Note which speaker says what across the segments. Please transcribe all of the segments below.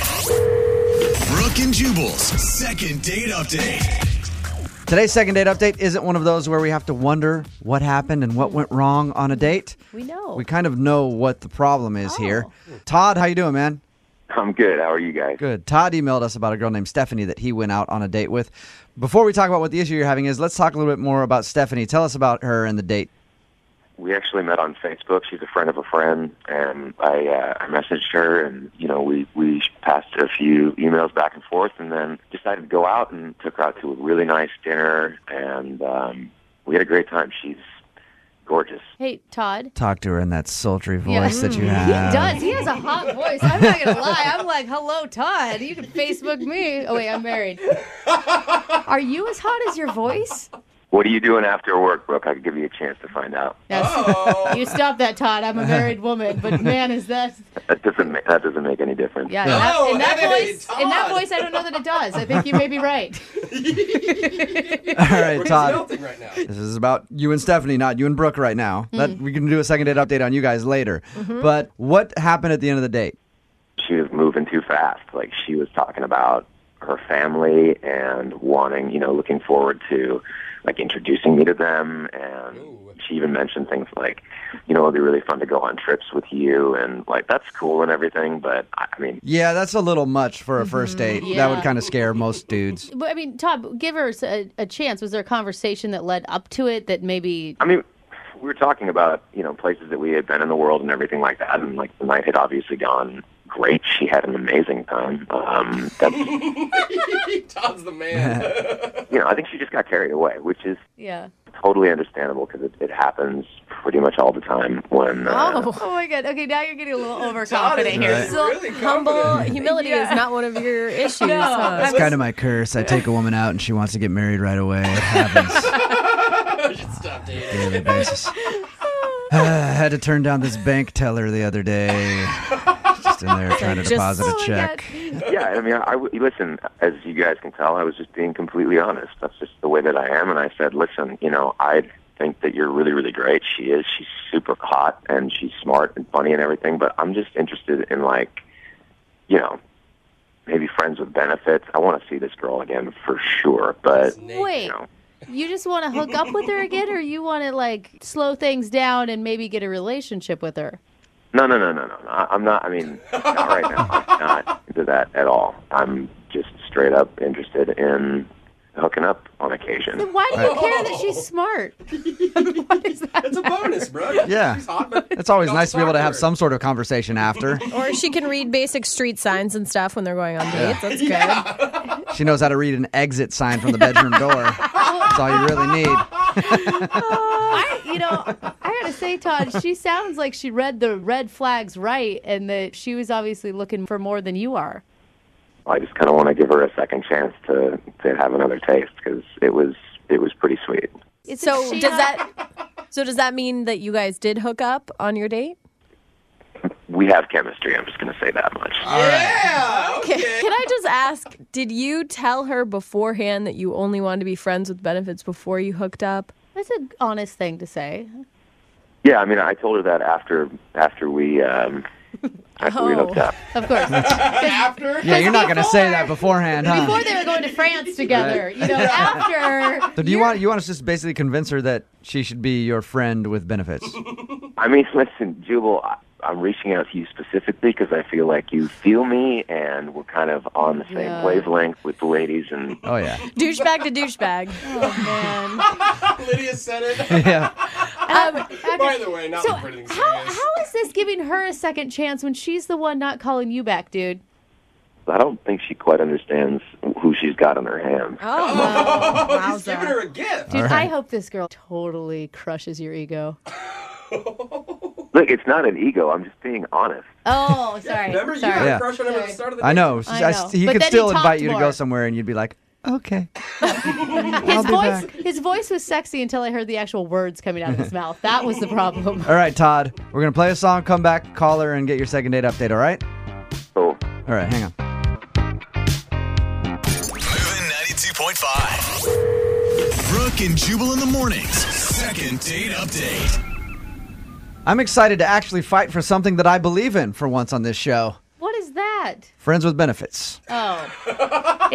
Speaker 1: 92.5. Brooke and Jubal's second date update.
Speaker 2: Today's second date update isn't one of those where we have to wonder what happened and what went wrong on a date.
Speaker 3: We know.
Speaker 2: We kind of know what the problem is here. Todd, how you doing, man?
Speaker 4: I'm good. How are you guys?
Speaker 2: Good. Todd emailed us about a girl named Stephanie that he went out on a date with. Before we talk about what the issue you're having is, let's talk a little bit more about Stephanie. Tell us about her and the date.
Speaker 4: We actually met on Facebook. She's a friend of a friend, and I uh, I messaged her, and you know we we passed a few emails back and forth, and then decided to go out and took her out to a really nice dinner, and um, we had a great time. She's gorgeous.
Speaker 3: Hey, Todd.
Speaker 2: Talk to her in that sultry voice that you
Speaker 3: He
Speaker 2: have.
Speaker 3: does. He has a hot voice. I'm not gonna lie. I'm like, hello, Todd. You can Facebook me. Oh wait, I'm married. Are you as hot as your voice?
Speaker 4: What are you doing after work, Brooke? I could give you a chance to find out.
Speaker 3: Yes. You stop that, Todd. I'm a married woman, but man, is that
Speaker 4: That doesn't ma- that doesn't make any difference.
Speaker 3: yeah. in that-
Speaker 5: Oh,
Speaker 3: in that
Speaker 5: hey,
Speaker 3: voice, in that
Speaker 5: Todd.
Speaker 3: voice, I don't know that it does. I think you may be right.
Speaker 2: All right, Todd.
Speaker 5: melting right now. Mm.
Speaker 2: This is about you and Stephanie, not you and Brooke right now. That we can do a second date update on you guys later.
Speaker 5: Mm-hmm.
Speaker 2: But what happened at the end of the date?
Speaker 4: she was moving too fast. Like she was talking about her family and wanting, you know, looking forward to like introducing me to them and she even mentioned things like, you know, it'd be really fun to go on trips with you and like that's cool and everything, but I I mean,
Speaker 2: Yeah, that's a little much for a first date. That
Speaker 3: Mm-hmm. yeah.
Speaker 2: would kind of scare most dudes.
Speaker 3: But I mean, Todd, give her a, a chance. Was there a conversation that led up to it that maybe?
Speaker 4: I mean, we were talking about you know places that we had been in the world and everything like that, and like the night had obviously gone great. She had an amazing time. Um, that's, you
Speaker 5: Todd's the man.
Speaker 4: know, I think she just got carried away, which is
Speaker 3: Yeah.
Speaker 4: totally understandable because it, it happens pretty much all the time when uh,
Speaker 3: Oh. my God. Okay, now you're getting a little
Speaker 5: Todd is
Speaker 3: overconfident here.
Speaker 5: really confident.
Speaker 3: humility is not one of your issues.
Speaker 2: That's kind of my curse. I take a woman out and she wants to get married right away. It happens on
Speaker 5: I should stop dating.
Speaker 2: a daily basis. I had to turn down this bank teller the other day. Just in there trying to deposit
Speaker 3: oh
Speaker 2: a check.
Speaker 4: yeah i mean i would- listen as you guys can tell i was just being completely honest that's just the way that i am and i said listen you know i think that you're really really great she is she's super hot and she's smart and funny and everything but i'm just interested in like you know maybe friends with benefits i want to see this girl again for sure but you
Speaker 3: Wait,
Speaker 4: know
Speaker 3: you just want to hook up with her again, or you want to like slow things down and maybe get a relationship with her?
Speaker 4: no no no no no no I- i'm not i mean not right now i'm not into that at all i'm just straight up interested in hooking up on occasion
Speaker 3: Why do you care that she's smart? What is that?
Speaker 5: It's a bonus, bro.
Speaker 2: Yeah.
Speaker 5: She's hot, man.
Speaker 2: It's always
Speaker 5: Don't
Speaker 2: nice to be able to
Speaker 5: talk
Speaker 2: have
Speaker 5: her.
Speaker 2: some sort of conversation after.
Speaker 6: Or she can read basic street signs and stuff when they're going on dates. That's good.
Speaker 2: She knows how to read an exit sign from the bedroom door. That's all you really need.
Speaker 3: I, you know, I gotta say, Todd, she sounds like she read the red flags right, and that she was obviously looking for more than you are.
Speaker 4: I just kind of want to give her a second chance to to have another taste because it was it was pretty sweet.
Speaker 3: Isn't
Speaker 6: So
Speaker 3: she
Speaker 6: does
Speaker 3: hot?
Speaker 6: that so does that mean that you guys did hook up on your date?
Speaker 4: We have chemistry. I'm just going to say that much.
Speaker 5: Yeah. Okay.
Speaker 6: Can I just ask, did you tell her beforehand that you only wanted to be friends with benefits before you hooked up?
Speaker 3: That's an honest thing to say.
Speaker 4: Yeah, I mean, I told her that after after we um, after we
Speaker 6: Oh.
Speaker 4: hooked up.
Speaker 3: Of course,
Speaker 5: After.
Speaker 2: Yeah, you're not going to say that beforehand, huh?
Speaker 3: before they were going to France together, you know, after.
Speaker 2: so do you want you want us to just basically convince her that she should be your friend with benefits?
Speaker 4: I mean, listen, Jubal, I, I'm reaching out to you specifically because I feel like you feel me, and we're kind of on the same
Speaker 3: Yeah.
Speaker 4: wavelength with the ladies. And
Speaker 2: Oh yeah,
Speaker 6: Douchebag to douchebag. Oh,
Speaker 5: Lydia said it.
Speaker 2: yeah.
Speaker 6: Um,
Speaker 5: By the way, not
Speaker 3: So
Speaker 5: for anything
Speaker 3: how,
Speaker 5: serious.
Speaker 3: how is this giving her a second chance when she's the one not calling you back, dude?
Speaker 4: I don't think she quite understands who she's got on her hands.
Speaker 6: oh,
Speaker 5: Oh, he's giving her a gift.
Speaker 3: Dude,
Speaker 2: right.
Speaker 3: I hope this girl totally crushes your ego.
Speaker 4: Look, it's not an ego. I'm just being honest.
Speaker 3: Oh, sorry.
Speaker 5: Remember, you
Speaker 3: sorry.
Speaker 5: had
Speaker 2: Yeah.
Speaker 5: a crush on him at the start of the
Speaker 2: I know.
Speaker 3: I know.
Speaker 2: he
Speaker 3: But
Speaker 2: could
Speaker 3: then he
Speaker 2: still invite
Speaker 3: talked
Speaker 2: you to go
Speaker 3: more.
Speaker 2: somewhere, and you'd be like, okay.
Speaker 3: His
Speaker 2: be
Speaker 3: voice
Speaker 2: back.
Speaker 3: his voice was sexy until I heard the actual words coming out of his mouth. That was the problem.
Speaker 2: All right, Todd. We're gonna play a song, come back, call her, and get your second date update. All right.
Speaker 4: So
Speaker 2: All right. Hang on.
Speaker 1: Moving 92.5. Brooke and Jubal in the mornings. Second date update.
Speaker 2: I'm excited to actually fight for something that I believe in for once on this show.
Speaker 3: What is that? that?
Speaker 2: Friends with benefits.
Speaker 3: Oh, it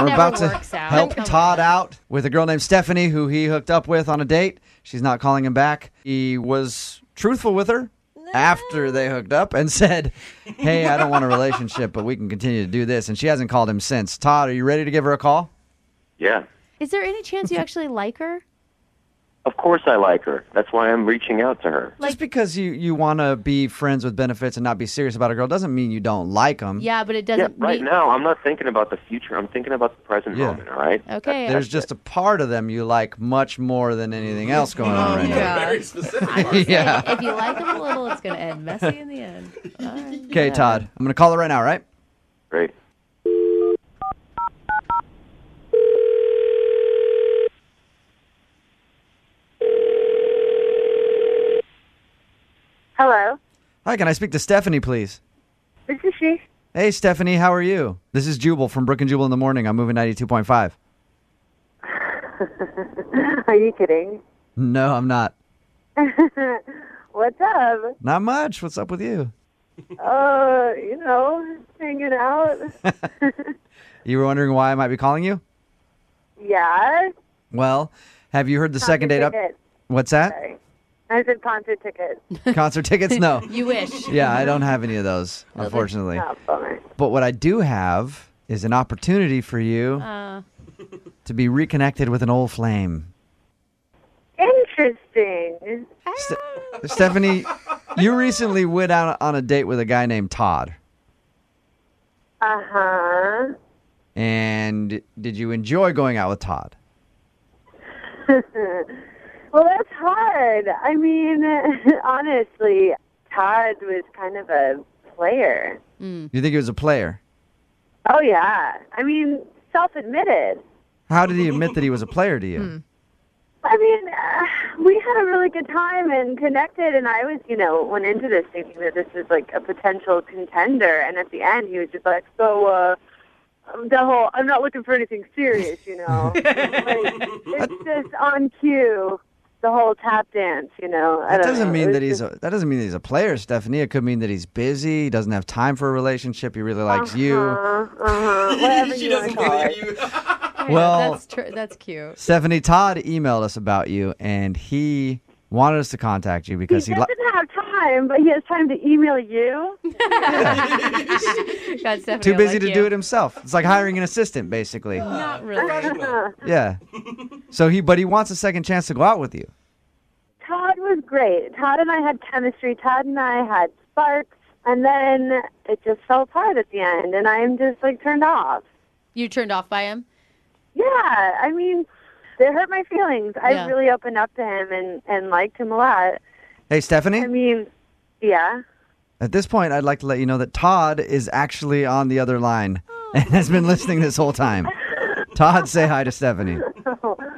Speaker 2: We're
Speaker 3: never
Speaker 2: about to
Speaker 3: works out.
Speaker 2: help
Speaker 3: Come
Speaker 2: Todd
Speaker 3: on.
Speaker 2: out with a girl named Stephanie who he hooked up with on a date. She's not calling him back. He was truthful with her after they hooked up and said, "Hey, I don't want a relationship, but we can continue to do this." And she hasn't called him since. Todd, are you ready to give her a call?
Speaker 4: Yeah.
Speaker 3: Is there any chance you actually like her?
Speaker 4: Of course I like her. That's why I'm reaching out to her.
Speaker 2: Just because you you want to be friends with benefits and not be serious about a girl doesn't mean you don't like them.
Speaker 3: Yeah, but it
Speaker 4: Yeah,
Speaker 3: doesn't.
Speaker 4: right
Speaker 3: meet-
Speaker 4: now I'm not thinking about the future. I'm thinking about the present
Speaker 2: Yeah.
Speaker 4: moment, all right?
Speaker 3: Okay.
Speaker 2: There's just a part of them you like much more than
Speaker 3: Mm-hmm.
Speaker 2: anything else going on right now.
Speaker 5: Very specific.
Speaker 2: Yeah.
Speaker 3: If you like them a little, it's going to end messy in the end. All right.
Speaker 2: Okay, Todd. I'm going to call her right now, right?
Speaker 4: Great.
Speaker 7: Hello,
Speaker 2: Hi, can I speak to Stephanie, please?
Speaker 7: this is she.
Speaker 2: Hey, Stephanie, how are you? This is Jubal from Brook and Jubal in the Morning. I'm moving 92.5.
Speaker 7: Are you kidding?
Speaker 2: No, I'm not.
Speaker 7: What's up?
Speaker 2: Not much. What's up with you?
Speaker 7: Uh, you know, hanging out.
Speaker 2: You were wondering why I might be calling you?
Speaker 7: yeah.
Speaker 2: Well, have you heard the second date up?
Speaker 7: Ticket.
Speaker 2: What's that?
Speaker 7: Sorry. I said concert ticket.
Speaker 2: Concert tickets? No.
Speaker 3: You wish.
Speaker 2: Yeah, I don't have any of those, unfortunately.
Speaker 7: Oh, bummer.
Speaker 2: But what I do have is an opportunity for you
Speaker 3: Uh,
Speaker 2: to be reconnected with an old flame.
Speaker 7: Interesting.
Speaker 2: Stephanie, you recently went out on a date with a guy named Todd.
Speaker 7: Uh huh.
Speaker 2: And did you enjoy going out with Todd?
Speaker 7: Well, that's hard. I mean, honestly, Todd was kind of a player.
Speaker 2: You think he was a player?
Speaker 7: Oh yeah. I mean, self-admitted.
Speaker 2: How did he admit that he was a player to
Speaker 3: Hmm.
Speaker 2: you?
Speaker 7: I mean, uh, we had a really good time and connected, and I was, you know, went into this thinking that this was like a potential contender, and at the end, he was just like, "So, uh, the whole I'm not looking for anything serious, you know. like, it's just on cue, the whole tap dance, you know." I
Speaker 2: That
Speaker 7: don't
Speaker 2: doesn't
Speaker 7: know.
Speaker 2: mean
Speaker 7: It
Speaker 2: that
Speaker 7: was
Speaker 2: he's
Speaker 7: just-
Speaker 2: a, that doesn't mean that he's a player, Stephanie. It could mean that he's busy, he doesn't have time for a relationship, he really likes you.
Speaker 7: Uh-huh, uh-huh, whatever
Speaker 5: she
Speaker 7: you
Speaker 5: doesn't
Speaker 7: wanna call
Speaker 5: believe
Speaker 7: it.
Speaker 5: you.
Speaker 2: Well-
Speaker 3: that's tr- that's cute.
Speaker 2: Stephanie Todd emailed us about you and he wanted us to contact you
Speaker 7: He
Speaker 2: because he,
Speaker 7: doesn't
Speaker 2: li-
Speaker 7: have time, but he has time to email you.
Speaker 3: God, Stephanie,
Speaker 2: too
Speaker 3: I
Speaker 2: busy
Speaker 3: like
Speaker 2: to
Speaker 3: you.
Speaker 2: do it himself. It's like hiring an assistant basically.
Speaker 3: Not really.
Speaker 2: Yeah. So he but he wants a second chance to go out with you.
Speaker 7: Todd was great. Todd and I had chemistry. Todd and I had sparks. And then it just fell apart at the end. And I'm just like turned off.
Speaker 3: You turned off by him.
Speaker 7: Yeah. I mean, it hurt my feelings.
Speaker 3: Yeah.
Speaker 7: I really opened up to him and, and liked him a lot.
Speaker 2: Hey Stephanie,
Speaker 7: I mean, yeah.
Speaker 2: at this point I'd like to let you know that Todd is actually on the other line and has been listening this whole time. Todd, say hi to Stephanie.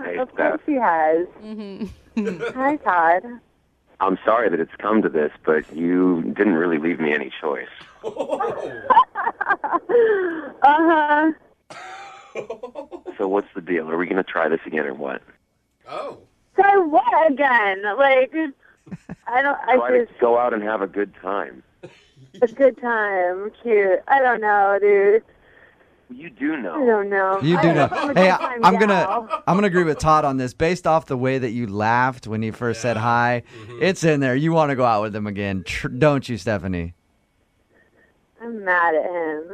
Speaker 4: Hey,
Speaker 7: Of
Speaker 4: Steph.
Speaker 7: course he has. Hi, Todd.
Speaker 4: I'm sorry that it's come to this, but you didn't really leave me any choice.
Speaker 7: Uh huh.
Speaker 4: So what's the deal? Are we going to try this again or what?
Speaker 5: Oh.
Speaker 7: So what again? Like, I don't,
Speaker 4: Try
Speaker 7: I
Speaker 4: to
Speaker 7: just,
Speaker 4: go out and have a good time.
Speaker 7: a good time. Cute. I don't know, dude.
Speaker 4: You do
Speaker 7: I
Speaker 4: know.
Speaker 7: don't know.
Speaker 2: You
Speaker 7: I
Speaker 2: do know.
Speaker 7: don't have a
Speaker 2: Hey,
Speaker 7: good
Speaker 2: I,
Speaker 7: time
Speaker 2: I'm gonna
Speaker 7: now.
Speaker 2: I'm gonna agree with Todd on this. Based off the way that you laughed when you first said hi, it's in there. You want to go out with him again, tr- don't you, Stephanie?
Speaker 7: I'm mad at him.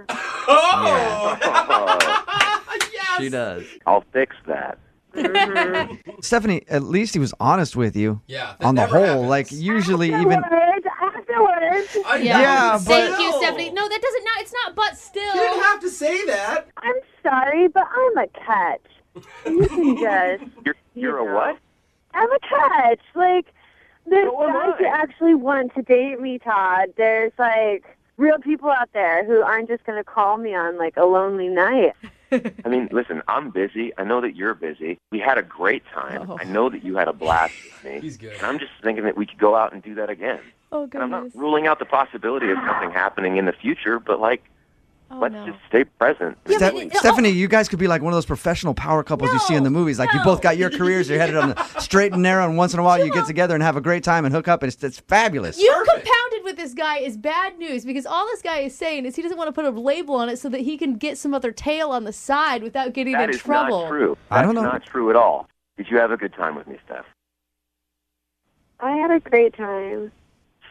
Speaker 5: Oh.
Speaker 2: She does.
Speaker 4: I'll fix that.
Speaker 2: Stephanie, at least he was honest with you.
Speaker 5: Yeah, that
Speaker 2: On the
Speaker 5: never
Speaker 2: whole,
Speaker 5: happens.
Speaker 2: like usually even
Speaker 7: Afterwards, afterwards,
Speaker 5: I
Speaker 3: Yeah.
Speaker 2: Yeah,
Speaker 3: Thank
Speaker 2: but-
Speaker 3: you, Stephanie. No, that doesn't. Not. It's not. But still.
Speaker 5: You didn't have to say that.
Speaker 7: I'm sorry, but I'm a catch. You can just.
Speaker 4: You're,
Speaker 7: you
Speaker 4: you're
Speaker 7: know.
Speaker 4: a what?
Speaker 7: I'm a catch. Like, there's
Speaker 4: So am
Speaker 7: guys who
Speaker 4: I.
Speaker 7: actually want to date me, Todd. There's like real people out there who aren't just going to call me on like a lonely night.
Speaker 4: I mean, listen, I'm busy. I know that you're busy. We had a great time.
Speaker 3: Oh.
Speaker 4: I know that you had a blast with me.
Speaker 5: He's good.
Speaker 4: And I'm just thinking that we could go out and do that again.
Speaker 6: Oh
Speaker 4: And I'm not
Speaker 6: goodness.
Speaker 4: ruling out the possibility of something happening in the future, but like,
Speaker 3: Oh,
Speaker 4: Let's
Speaker 3: no.
Speaker 4: just stay present.
Speaker 3: Yeah,
Speaker 2: Ste-
Speaker 3: but it-
Speaker 2: Stephanie, you guys could be like one of those professional power couples you see in the
Speaker 6: No,
Speaker 2: movies. Like you
Speaker 6: no.
Speaker 2: both got your careers, you're headed on the straight and narrow, and once in a while you get together and have a great time and hook up, and it's, it's fabulous.
Speaker 3: You compounded with this guy is bad news because all this guy is saying is he doesn't want to put a label on it so that he can get some other tail on the side without getting in
Speaker 4: That is
Speaker 3: trouble.
Speaker 4: not true.
Speaker 2: I don't
Speaker 4: That's
Speaker 2: know.
Speaker 4: Not true at all. Did you have a good time with me, Steph?
Speaker 7: I had a great time.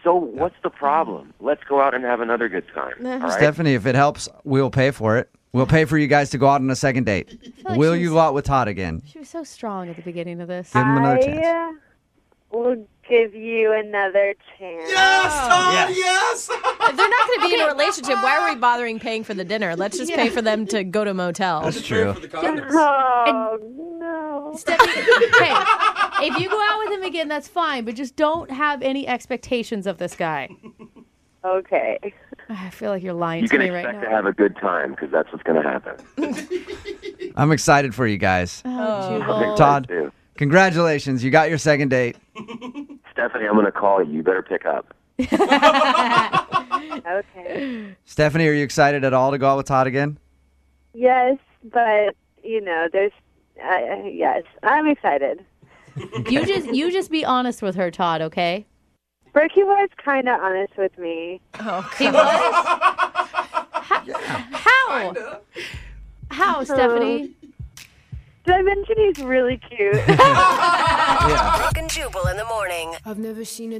Speaker 4: So what's the problem? Let's go out and have another good time. All right.
Speaker 2: Stephanie, if it helps, we'll pay for it. We'll pay for you guys to go out on a second date.
Speaker 3: feel like
Speaker 2: Will
Speaker 3: she's-
Speaker 2: you go out with Todd again?
Speaker 3: She was so strong at the beginning of this.
Speaker 2: Give him another
Speaker 7: I
Speaker 2: chance.
Speaker 7: uh, will give you another chance.
Speaker 2: Oh.
Speaker 5: Yes, Todd, yes.
Speaker 6: If they're not going to be in a relationship, why are we bothering paying for the dinner? Let's just pay for them to go to motel.
Speaker 2: That's true.
Speaker 5: For the condoms.
Speaker 7: Oh, no.
Speaker 3: Stephanie, hey, if you go out with him again, that's fine, but just don't have any expectations of this guy.
Speaker 7: Okay.
Speaker 3: I feel like you're lying
Speaker 4: You
Speaker 3: to
Speaker 4: can
Speaker 3: me right
Speaker 4: expect to
Speaker 3: now.
Speaker 4: have a good time because that's what's going to happen.
Speaker 2: I'm excited for you guys.
Speaker 3: Oh, Jubal.
Speaker 2: Todd,
Speaker 4: Dude,
Speaker 2: congratulations. You got your second date.
Speaker 4: Stephanie, I'm going to call you. You better pick up.
Speaker 7: Okay.
Speaker 2: Stephanie, are you excited at all to go out with Todd again?
Speaker 7: Yes, but, you know, there's. Uh, yes, I'm excited.
Speaker 3: You just you just be honest with her, Todd. Okay.
Speaker 7: Ricky was kind of honest with me.
Speaker 3: He was. How? How, Stephanie?
Speaker 7: Did I mention he's really cute?
Speaker 2: Yeah.
Speaker 8: Brooke and Jubal in the morning.